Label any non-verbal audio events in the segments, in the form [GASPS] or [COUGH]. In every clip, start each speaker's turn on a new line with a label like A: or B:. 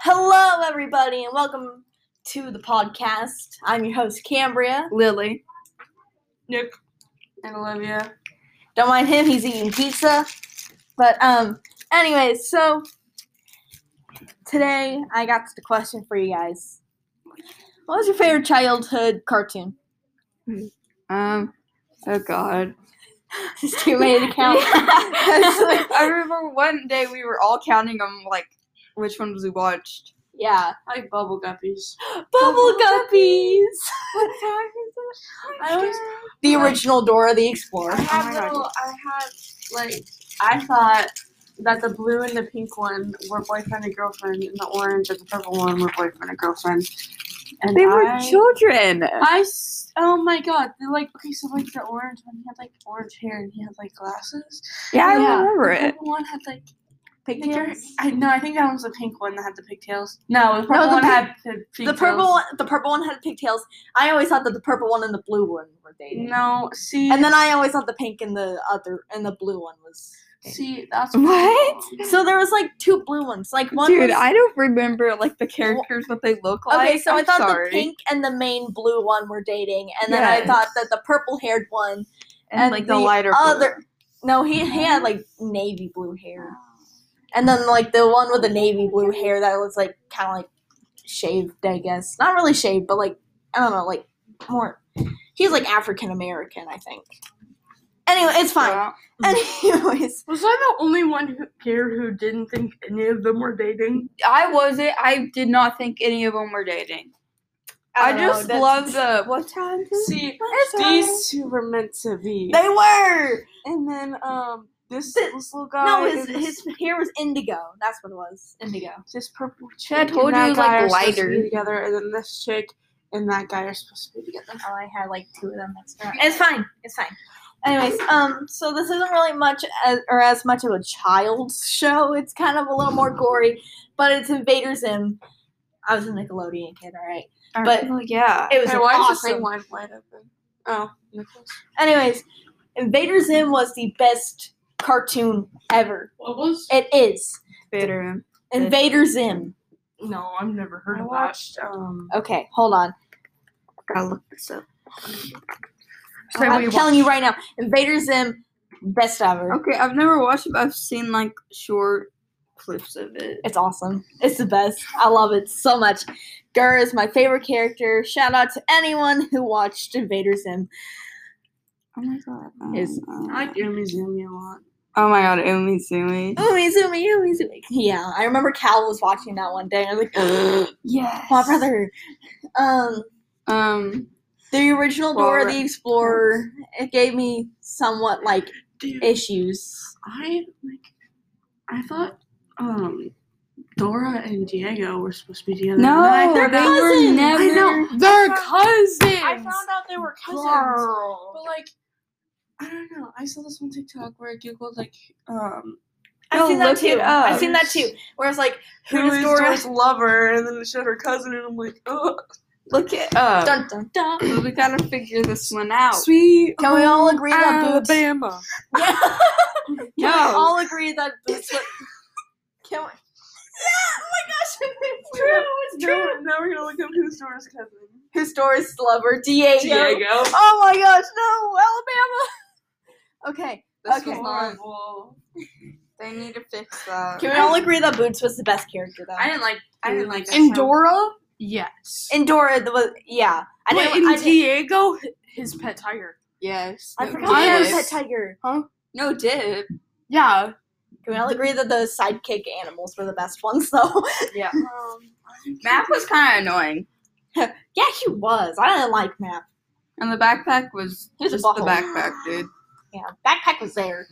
A: Hello, everybody, and welcome to the podcast. I'm your host, Cambria.
B: Lily.
A: Nick.
B: And Olivia.
A: Don't mind him, he's eating pizza. But, um, anyways, so today I got the question for you guys What was your favorite childhood cartoon? [LAUGHS]
B: Um, oh [LAUGHS] god.
A: There's too many to [LAUGHS] count.
B: It's like, I remember one day we were all counting them, like, which ones we watched.
A: yeah.
C: I like bubble guppies.
A: Bubble Guppies!
B: What time is it?
C: I was-
A: The original Dora the Explorer.
C: I had
B: my God.
C: little. I had like I thought that the blue and the pink one were boyfriend and girlfriend, and the orange and the purple one were boyfriend and girlfriend. And
B: They were
C: I-
B: children.
C: I s- oh my god! They're like okay, so like the orange one, he had like orange hair and he had like glasses.
B: yeah, I
A: Yeah.
B: remember
C: The
B: it.
C: purple one had like I think there-
A: Pigtails?
C: I no, I think that was the pink one that had the pigtails. No, the purple
A: the
C: one
A: pink-
C: had the
A: The
C: pigtails.
A: purple one, the purple one had pigtails. I always thought that the purple one and the blue one were dating.
C: No, see,
A: And then I always thought the pink and the other and the blue one was.
C: see, that's
B: What?
A: So there was like two blue ones. Like one
B: Dude,
A: was-
B: I don't remember like the characters what they look like.
A: Okay, so
B: i
A: i thought
B: sorry.
A: the pink and the main blue one were dating, and then I
B: Yes.
A: thought that the purple-haired one.
B: and,
A: and
B: like the,
A: the
B: lighter
A: other- No, he, he had like navy blue hair, and then like the one with the navy blue hair that was like kind of like shaved, I guess. Not really shaved, but like I don't know, like more. He's like African American, I think. Anyway, it's
B: blue.
A: fine. [LAUGHS] Anyways,
C: Was I the only one who, here who didn't think any of them were dating?
B: I wasn't. I did not think any of them were dating. I,
A: don't know,
B: just
A: that's-
B: [LAUGHS] love the what time? is it?
C: See,
A: It's
C: these two were meant to be.
A: They were.
C: and then, um, this,
A: Th-
C: this little guy.
A: no, his
C: and this,
A: his hair was indigo. That's what it was. Indigo.
C: this purple chick.
B: I told
C: and
B: you it
C: that
B: was, like,
C: guy are supposed to be
B: lighter.
C: together, and then this chick and that guy are supposed to be together.
A: Oh, I had like two of them next to It's fine. It's fine. Anyways, um, so this isn't really much as, or as much of a child's show. It's kind of a little more gory, but it's Invader Zim. I was a Nickelodeon kid, all right. But-
B: Well, yeah,
A: It was
C: Hey, why is this
A: awesome.
C: thing wide, wide open? Oh, Nicholas.
A: Anyways, Invader Zim was the best cartoon ever.
C: What was?
A: It is
B: bitter.
A: Invader Zim.
C: No, I've never heard
B: I
C: of watched, that. Um,
A: Okay, hold on.
B: Gotta look this up.
A: I'm telling you right now, Invader Zim, best ever.
B: Okay, I've never watched it. But I've seen like short clips of it.
A: It's awesome. It's the best. I love it so much. Gur is my favorite character. Shout out to anyone who watched Invader Zim.
B: Oh my god. um,
A: It's-
B: uh,
C: I like Yumi Zumi a lot.
B: oh my
A: [GASPS]
B: god, Umizoomi.
A: Oomy, zoomy, oomy, zoomy. Yeah, I remember Cal was watching that one day. and I was like, "Oh,
B: Yes.
A: my brother. Um,
B: Um.
A: the original Dora
B: Dora.
A: the Explorer. It gave me somewhat like
C: [GASPS] Dude,
A: issues.
C: I like. I thought um, Dora and Diego were supposed to be together.
B: No,
C: and
B: they
C: then I found out-
A: cousins.
B: were never.
C: I know.
B: They're
C: I
B: cousins.
C: I found out they were cousins, but
B: Girl.
C: like, I don't know. I saw this on TikTok where I googled like, um,
B: No,
A: I've seen that
B: look it
A: too.
B: up.
A: I've seen that too. Where it's like, who
C: who
A: does
C: is
A: Dora?
C: Dora's lover, and then it showed her cousin, and I'm like, oh,
B: Look it up.
A: Dun dun dun.
B: We gotta figure this one out.
C: sweet.
A: Can we all agree that boobs?
C: Alabama.
A: [LAUGHS] Yeah. Can we
B: No.
A: all agree
C: [LAUGHS]
A: that boobs were- Can we? Yeah, oh my gosh, it's true, it's
C: Now, now we're gonna look up who's Dora's cousin.
A: Who's Doris Lover? Diego. Oh my gosh, no, Alabama. [LAUGHS] Okay,
B: This
A: Okay.
B: was not. They need to fix that.
A: can we all agree that Boots was the best character though?
C: I didn't like. I didn't like.
B: In
C: Dora, yes.
A: and Dora the, was yeah. I
C: Wait,
A: didn't.
C: in
A: I, didn't-
C: Diego, his pet tiger.
B: Yes.
A: I
B: no
A: forgot he had a
B: dip.
A: pet tiger.
B: No dip.
C: Yeah.
A: Can we all agree that the sidekick animals were the best ones [LAUGHS] though?
C: [LAUGHS]
B: Yeah.
C: Um,
B: Map was kind of annoying,
A: yeah, he was. I didn't like Map.
B: and the backpack was
A: He was a
B: just the
A: butthole.
B: backpack, dude.
A: Yeah, backpack was there.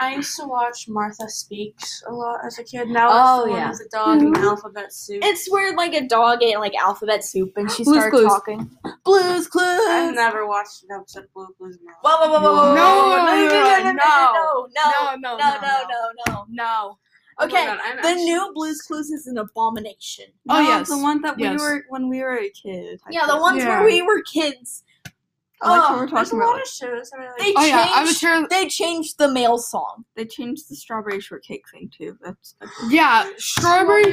C: I used to watch Martha Speaks a lot as a kid. Now
A: Oh,
C: it's the
A: yeah.
C: one with the dog and the
B: Mhm.
C: alphabet soup.
A: It's where like a dog ate like alphabet soup and she
B: Blue's
A: started
B: Clues.
A: talking. Blues Clues.
C: I've never watched an episode of Blue Blues in my life.
A: Whoa, whoa, whoa, whoa, whoa, whoa, whoa, no, no, no, no, no, no, no, no, no,
C: no.
A: no. Okay,
C: Oh my God, I'm
A: the
C: actually-
A: new Blues Clues is an abomination.
C: Oh,
B: No,
C: yes.
B: the one that
C: Yes.
B: we were when we were a kid. I
A: Yeah, the
B: think.
A: ones where
C: Yeah.
A: we were kids.
B: I like when we're
C: there's a
B: talking about.
C: lot of shows that are
A: They
C: like.
B: oh yeah, I
A: changed-
B: was sure.
A: They changed the male song.
B: They changed the strawberry shortcake thing too. That's.
A: [LAUGHS]
D: Yeah,
C: Strawberry
D: strawberry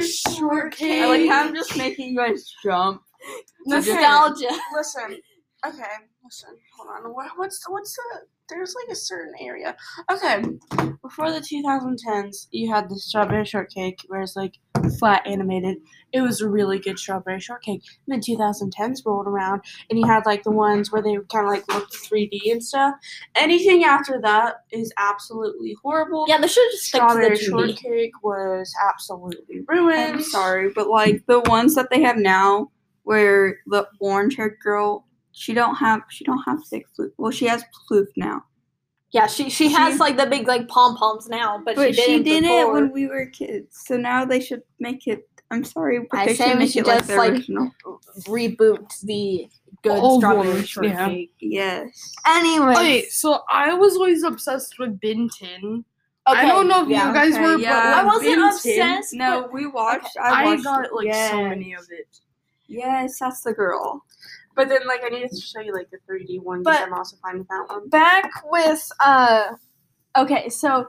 D: shortcake.
B: I like how I'm just making you guys jump.
A: Nostalgia.
C: Listen, okay, listen, hold on. What, what's what's the? There's like a certain area. Okay, before the 2010s, you had the strawberry shortcake, where it's like flat animated. It was a really good strawberry shortcake. And then 2010s rolled around, and you had like the ones where they kind of like looked 3D and stuff. Anything after that is absolutely horrible.
A: Yeah, they should just stick to the
C: Strawberry
A: 2D.
C: shortcake was absolutely ruined.
B: I'm sorry, but like the ones that they have now, where the orange-haired girl, she don't have she don't have thick floof. Well, she has floof now,
A: Yeah, she she has like the big like pom poms now, but,
B: but she
A: didn't
B: did it
A: before.
B: when we were kids. So now they should make it. I'm sorry, but
A: I
B: they
A: say
B: should
A: we
B: make
A: should
B: it like
A: just,
B: the
A: like-
B: original.
A: reboot the good
D: Old
A: strawberry
D: one, yeah.
A: shortcake.
B: Yes.
A: Anyway,
D: Okay, so I was always obsessed with Benton. I don't know if
A: yeah.
D: you guys
B: okay,
D: were,
B: yeah.
A: I
D: but like,
A: wasn't
D: Benton-
A: obsessed.
B: No, we watched. I
D: I,
B: watched.
D: got like so
B: yes.
D: many of it.
B: Yes, that's the girl.
C: But then, like, I needed to show you like the 3D one.
A: But-
C: But I'm also fine with that one.
A: but back with uh, okay, so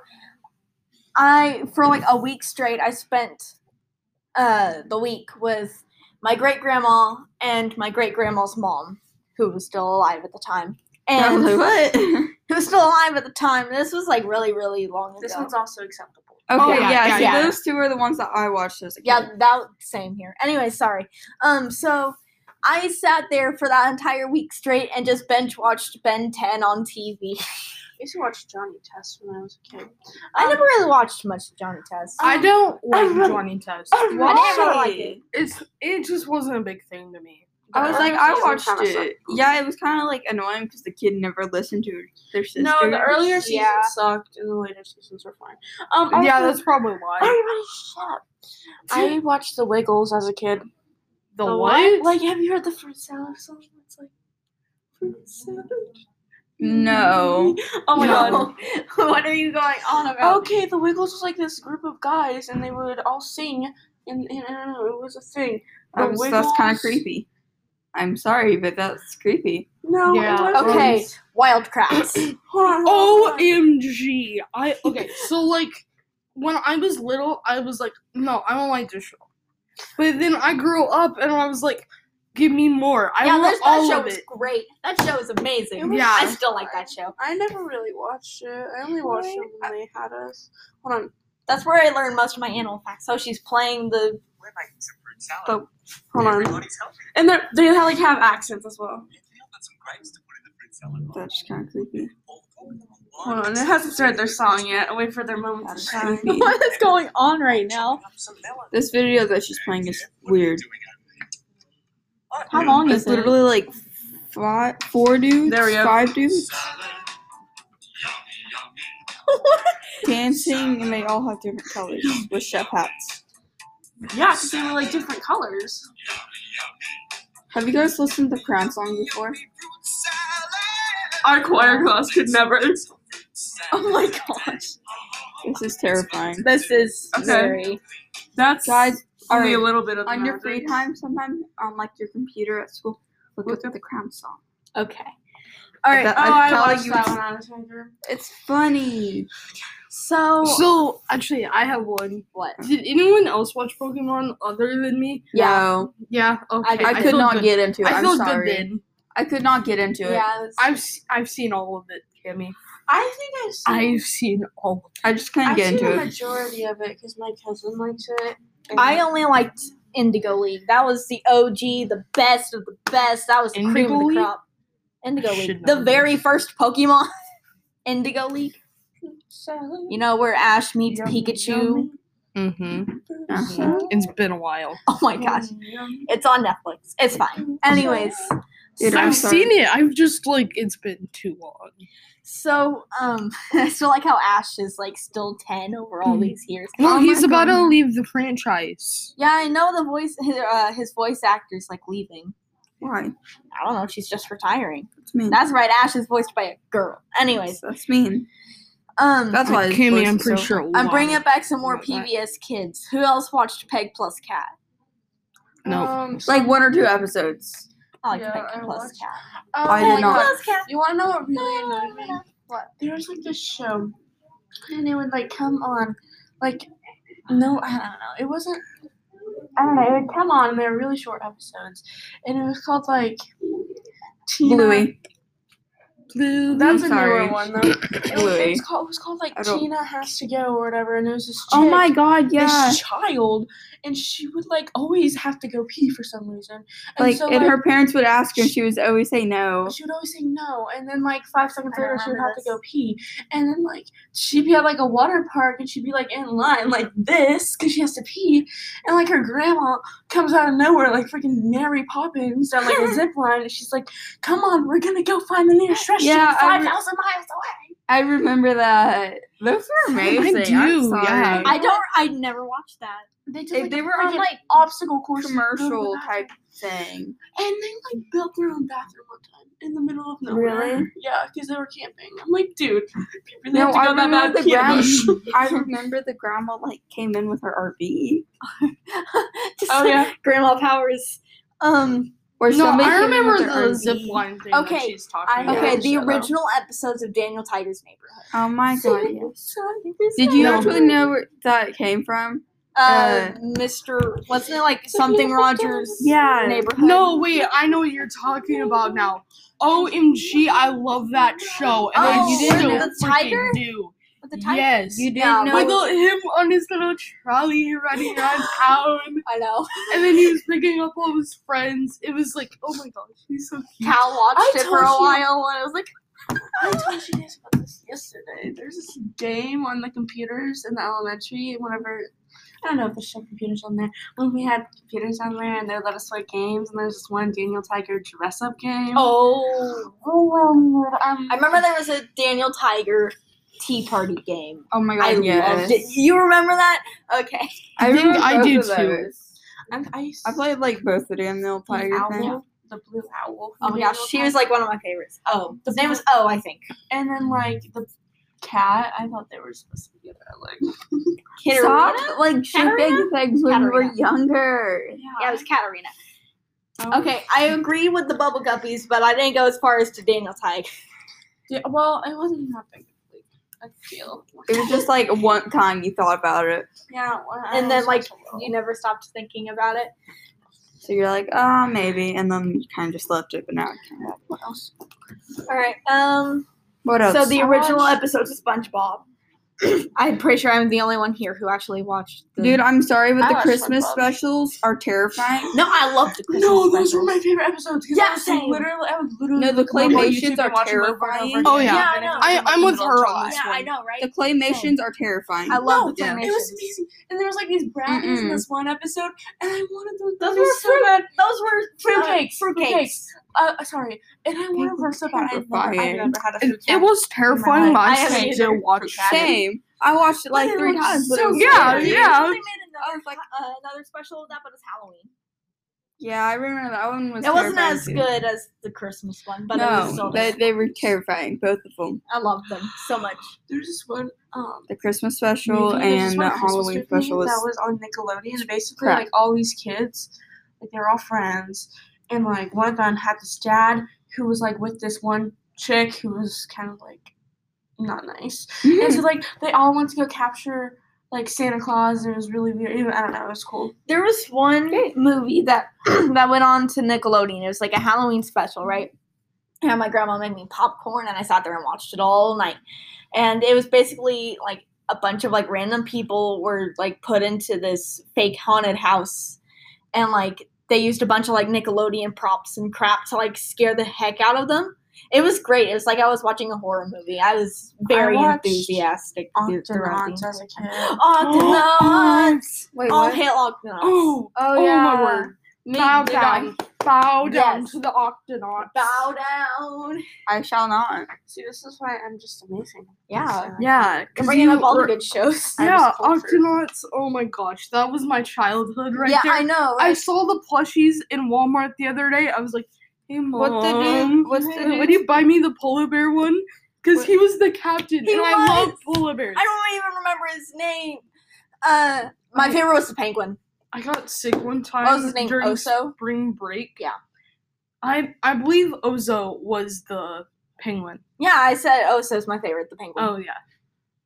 A: I for like a week straight, I spent uh the week with my great grandma and my great grandma's mom, who was still alive at the time,
B: I [LAUGHS]
A: and
B: was like, what?
A: [LAUGHS] who was still alive at the time. This was like really, really long ago.
C: This one's also acceptable.
B: Okay,
D: Oh, yeah,
B: yeah,
D: yeah,
B: see,
A: yeah.
B: those two are the ones that I watched as a kid.
A: Yeah, that same here. Anyway, sorry. Um, so I sat there for that entire week straight and just bench watched Ben 10 on TV.
C: I used to watch Johnny Test when I was a kid.
A: I never really watched much Johnny Test.
D: I [LAUGHS] don't like
A: really-
D: Johnny Test.
A: I really-
D: Why?
A: never liked it.
D: It's it just wasn't a big thing to me.
B: I was
C: The
B: like,
C: early
B: I
C: season
B: watched
C: kinda
B: it.
C: sucked.
B: Yeah, it was kind of like annoying because the kid never listened to their sister.
C: No, the earlier seasons
A: Yeah.
C: sucked, and the later seasons were fine. Um,
D: yeah,
C: also-
D: that's probably why.
C: Everybody, shut up. I watched The Wiggles as a kid.
D: The, what?
C: Like, have you heard the fruit salad song? It's like fruit salad.
B: [LAUGHS]
C: [LAUGHS]
B: No.
C: Oh my god.
A: god. what are you going on about?
C: Okay, the Wiggles was like this group of guys, and they would all sing, and, and I don't know, it was a thing. The
B: That was- that's kind
C: Wiggles-
B: of creepy. I'm sorry, but that's creepy.
C: No. it
D: Yeah. Oh,
C: wasn't.
A: Okay, Wildcrafts.
C: Hold on. hold on.
D: OMG. I okay, so like when I was little, I was like, no, I don't like this show. But then I grew up and I was like, give me more. I
A: yeah,
D: want
A: there's- that
D: all
A: show
D: of
A: was
D: it.
A: great. That show was
C: It
A: amazing.
C: was
D: Yeah.
A: I
C: so
A: still like
C: fun.
A: that show.
C: I never really watched it. I only watched it when they had us. Hold on.
A: That's where I learned most of my animal facts. So she's playing the
E: We're making some fruit salad.
C: But hold on.
E: Everybody's helping.
C: And they're, they like have accents as well.
E: You can help with some grapes to put in the fruit salad bowl.
B: That's kind of creepy.
E: Oh, oh, oh,
C: Hold on. It hasn't started their song yet. Wait for their moment to
B: That's
C: shine.
A: [LAUGHS]
B: creepy.
A: is going on right
E: Some melon.
B: This video that she's playing is weird.
A: How long is
B: It's
A: it?
B: literally like five, four dudes,
C: There we go.
B: five
C: [LAUGHS]
B: dudes
E: Salad. Yummy, yummy.
B: dancing, and they all have different colors with chef hats.
C: Yeah, because they were like different colors.
B: Have you guys listened to the Crown song before?
E: Yummy fruit
C: Our
E: salad.
C: choir class could never.
E: Fruit
C: Oh
E: salad.
C: my gosh.
B: This is terrifying.
A: This is
C: Okay.
A: very.
C: That's
B: Guys,
C: only
B: alright.
C: a little bit of
B: on your
C: magic.
B: free time sometimes on like your computer at school look, up the crown song
A: Okay. All right.
B: That-
C: Oh,
B: I
C: I
B: thought
C: watched
B: you
C: that
B: would-
C: when I was younger.
B: it's funny
A: So,
D: So actually I have one.
A: what?
D: Did anyone else watch Pokemon other than me?
A: Yeah.
D: Yeah, okay.
B: i, could
D: feel
B: not
D: good.
B: get into it
D: I
B: I
D: feel
B: am sorry
D: good then.
B: i could not get into it
A: Yeah. it's-
D: I've s- I've seen all of it, Kimmy.
C: I think I've seen,
D: I've seen all of it.
B: i just couldn't
C: I've
B: get
C: seen
B: into
C: the
B: it
C: majority of it because my cousin likes it. and-
A: I only liked Indigo League. That was the OG, the best of the best. That was the cream
D: Indigo
A: of the
D: League?
A: crop. Indigo
D: I should
A: League.
D: know
A: The
D: this.
A: very first Pokemon. [LAUGHS] Indigo League.
C: Salad.
A: You know, where Ash meets
C: Yummy,
A: Pikachu.
C: yummy
D: Mm-hmm.
C: fruit
B: Uh-huh.
C: salad.
D: It's been a while.
A: [LAUGHS] Oh my gosh.
C: Yum.
A: It's on Netflix. It's
D: [LAUGHS]
A: fine. Anyways.
B: Dude, I'm
D: I've
B: sorry. Oh
D: seen it. I've just like it's been too long.
A: So, um, [LAUGHS] I still like how Ash is like still 10 over all
D: Mhm.
A: these years.
D: Well,
A: Oh my
D: he's about
A: God.
D: to leave the franchise.
A: Yeah, I know the voice, his, uh, his voice actor's like leaving.
B: why
A: I don't know, she's just retiring.
B: that's mean
A: That's right, Ash is voiced by a girl. Anyways,
B: that's mean
A: um,
B: that's Oh why
D: Kimmy, I'm pretty
B: so.
D: sure. a
A: I'm
D: lot
A: bringing
D: of-
A: back some more
B: Not that.
A: PBS kids. Who else watched Peg plus Cat?
D: No.
C: Um,
B: like one or two episodes
A: I like
C: Yeah,
A: Pink
C: I
A: Plus
C: watched-
A: Cat.
C: Oh
B: I did
C: my
B: not.
C: God.
A: Plus Cat.
C: You want to know what really annoyed me? What? There was like this show, and it would like come on, like no, I don't know. It wasn't. I don't know. It would come on, and they were really short episodes, and it was called like Tina.
B: Bluey.
D: Blue.
C: That's
B: I'm
C: a newer
B: sorry.
C: one though. It was, it
B: Bluey.
C: was called it was called like
B: I don't-
C: Tina has to go or whatever, and it was this.
B: Oh
C: chick-
B: my god, yeah.
C: This child, and she would like always have to go pee for some reason. And
B: Like,
C: so,
B: and
C: like,
B: her parents would ask her, and she would always say no.
C: she would always say no, and then like five seconds
A: I
C: later she would
A: remember
C: have
A: this.
C: to go pee, and then like she'd be at like a water park and she'd be like in line like this because she has to pee, and like her grandma comes out of nowhere like freaking Mary Poppins down like
B: [LAUGHS]
C: a zip line, and she's like, "Come on, we're gonna go find the nearest restaurant
B: Yeah, I
C: five
B: re-
C: thousand miles away."
B: I remember that. Those [LAUGHS] were amazing.
D: do,
B: am sorry.
D: yeah.
A: I don't. I never watched that.
C: They did
B: If
C: like,
B: they
C: a
B: were on,
C: freaking
B: like,
C: obstacle course to go to the
B: commercial
C: bathroom.
B: type thing.
C: And they like built their own bathroom one time in the middle of nowhere.
B: Really?
C: Yeah, because they were camping. I'm like, dude, you really
B: No,
C: have to
B: I
C: go that bad
B: remember the
C: camping.
B: grandma. I remember the grandma like came in with her RV,
A: Just
C: Oh,
D: [LAUGHS]
C: yeah.
A: Grandma Powers. Um.
B: or
D: No,
B: somebody
D: I
B: came in
D: remember
B: with their
D: the
B: RV.
D: zip line thing.
A: Okay,
D: that she's
B: I-
D: talking about.
A: Okay,
C: Yeah,
A: the
C: shut up.
A: original episodes of Daniel Tiger's Neighborhood.
B: Oh my god!
C: Sorry,
B: yeah.
C: sorry,
B: Did you
C: sorry.
B: actually know where that came from?
A: Uh,
B: Uh,
A: Mr. Wasn't it like
C: The
A: something
C: Beautiful
A: Rogers?
C: Dark
B: Yeah.
A: Neighborhood.
D: No, wait, I know what you're talking about now. OMG, I love that show. And
A: Oh,
D: I
A: you
D: still
A: didn't know the
D: freaking
A: tiger?
D: do.
A: With the tiger.
D: Yes.
B: You didn't
A: Yeah,
B: know.
D: With the- him on his little trolley running around town,
A: I know.
D: and then he was picking up all his friends. It was like, oh my gosh, he's so cute.
A: Cal watched
C: I
A: it for a
C: told you-
A: while, and I was like,
C: [LAUGHS] I told you guys about this yesterday. There's this game on the computers in the elementary. Whenever I don't know if there's still computers on there. When we had computers on there and they let us play games, and there's this one Daniel Tiger dress up game.
A: oh.
C: Oh, um,
A: I remember there was a Daniel Tiger tea party game.
B: Oh my god!
A: I
B: yes.
A: loved it. You remember that? Okay.
B: I,
D: I think
B: remember
D: I
B: both
D: do
B: of
D: too.
B: those.
C: I'm, I, used
B: I
C: to
B: played like both the Daniel
C: play
B: Tiger
C: Owl,
B: thing.
C: the blue owl.
A: Oh
C: from
A: my gosh,
C: Daniel
A: she was
C: Tiger.
A: like one of my favorites. Oh, the name was Oh, I think.
C: and then like the cat. I thought they were supposed to be together. Like,
A: Katerina.
B: Stop like
A: Katerina?
B: shipping things when we were
A: Katerina.
B: younger.
A: Yeah, it was Katerina.
C: Oh.
A: Okay, I agree with the bubble guppies, but I didn't go as far as to Daniel Tiger.
C: Yeah, well, it wasn't that big. of a- I feel.
B: It was just like one time you thought about it,
C: Yeah. well, I
A: And then
C: was [LAUGHS]
A: like
C: also little.
A: you never stopped thinking about it.
B: so you're like, oh maybe, and then you kind of just left it. But now, I can't.
C: What else?
A: All right. Um.
B: what else?
A: So the
C: I
A: original
C: watched-
A: episodes of SpongeBob. I'm pretty sure I'm the only one here who actually watched. The-
B: Dude, I'm sorry, but
C: I
B: the
C: watched
B: Christmas
C: SpongeBob.
B: specials are terrifying.
A: no, I loved the Christmas.
C: No, those were
A: specials.
C: my favorite episodes. 'cause I
A: Yeah,
C: was
A: same.
C: Literally, I would literally.
B: No, the
C: look them up on
B: claymations
C: YouTube and
B: are
C: watch them over and over
B: terrifying.
C: again.
D: Oh, yeah.
A: Yeah, I know.
D: I, I'm with her on this
A: Yeah, I
D: one.
A: know, right?
B: The claymations are terrifying.
A: I love the
C: no,
A: claymations.
C: it was amazing. And there was like these brownies in
B: Mm-mm.
C: this one episode, and I wanted those.
A: Those
C: brownies
A: were
C: so
A: fruit-
C: bad.
A: Those were uh,
C: Fruitcakes,
A: fruitcakes.
C: fruitcakes. Uh, sorry, and I wanted those so bad. I never, I
B: Terrifying.
C: never had a
D: It,
C: fruit
D: it
C: cake.
D: was terrifying, but
A: I
D: I,
A: haven't
D: still
C: either.
D: watched it.
B: Same. I watched it like
C: But it
B: three
C: looks
B: times. But it
C: so
B: was
D: good. Yeah,
B: scary.
D: yeah.
A: They made another, uh, another special of that, but it's Halloween.
B: Yeah, I remember that one was.
A: It wasn't
B: terrifying
A: as
B: too.
A: good as the Christmas one, but it
B: no,
A: was still.
B: they, they were terrifying, both of them.
A: I loved them so much.
C: There's this one. Um,
B: The Christmas special
C: movie. There's this
B: and
C: one
B: the
C: Christmas
B: Halloween
C: movie
B: special was.
C: that
B: [LAUGHS]
C: was on Nickelodeon. Basically,
B: crap.
C: like all these kids, like they're all friends, and like one of them had this dad who was like with this one chick who was kind of like not nice,
A: Hmm.
C: and so like they all went to go capture like Santa Claus. and It was really weird. I don't know. It was cool.
A: There was one movie that [CLEARS THROAT] that went on to Nickelodeon. It was like a Halloween special, right? And my grandma made me popcorn, and I sat there and watched it all night. And it was basically like a bunch of like random people were like put into this fake haunted house, and like they used a bunch of like Nickelodeon props and crap to like scare the heck out of them. It was great. It was like I was watching a horror movie. I was very
C: watched [GASPS]
A: enthusiastic.
C: Octonauts
A: throughout the
C: as a kid.
A: Octonauts!
B: Wait,
A: All
B: what?
A: hail Octonauts.
D: Oh,
B: Oh,
D: oh
B: yeah.
D: my word.
B: Me,
D: Bow
B: did
D: down. Bow down
A: Yes.
D: to the Octonauts.
A: Bow down.
B: I, I shall not.
C: See, this is why I'm just amazing.
A: Yeah.
B: Yeah.
A: I'm bringing up all the good shows.
C: I
D: Yeah,
C: was cultured.
D: Octonauts. Oh my gosh, that was my childhood [LAUGHS] right
A: yeah,
D: there.
A: I know.
D: I
A: right?
D: saw the plushies in Walmart the other day. I was like, "Hey mom,
B: What the dude? What's the
D: would you buy me the polar bear one?" Because he was the captain,
A: He
D: and I
A: was!
D: love polar bears.
A: I don't even remember his name. Uh, my
D: Okay.
A: favorite was the penguin.
D: I got sick one time
A: What was his name?
D: during
A: Oso.
D: spring break.
A: Yeah.
D: I I believe Ozo was the penguin.
A: Yeah, I said Oso's my favorite, the penguin.
D: Oh yeah,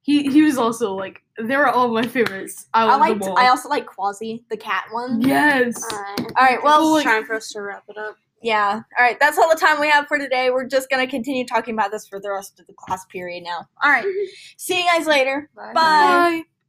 D: he he was also like they were all my favorites. I,
A: I
D: love
A: liked.
D: them all.
A: I also like Quasi, the cat one.
D: yes.
A: All right. Well,
D: Oh,
C: it's time for us to wrap it up.
A: yeah. All right. That's all the time we have for today. We're just gonna continue
D: [LAUGHS]
A: talking about this for the rest of the class period now. All right. See you guys later. Bye.
D: Bye.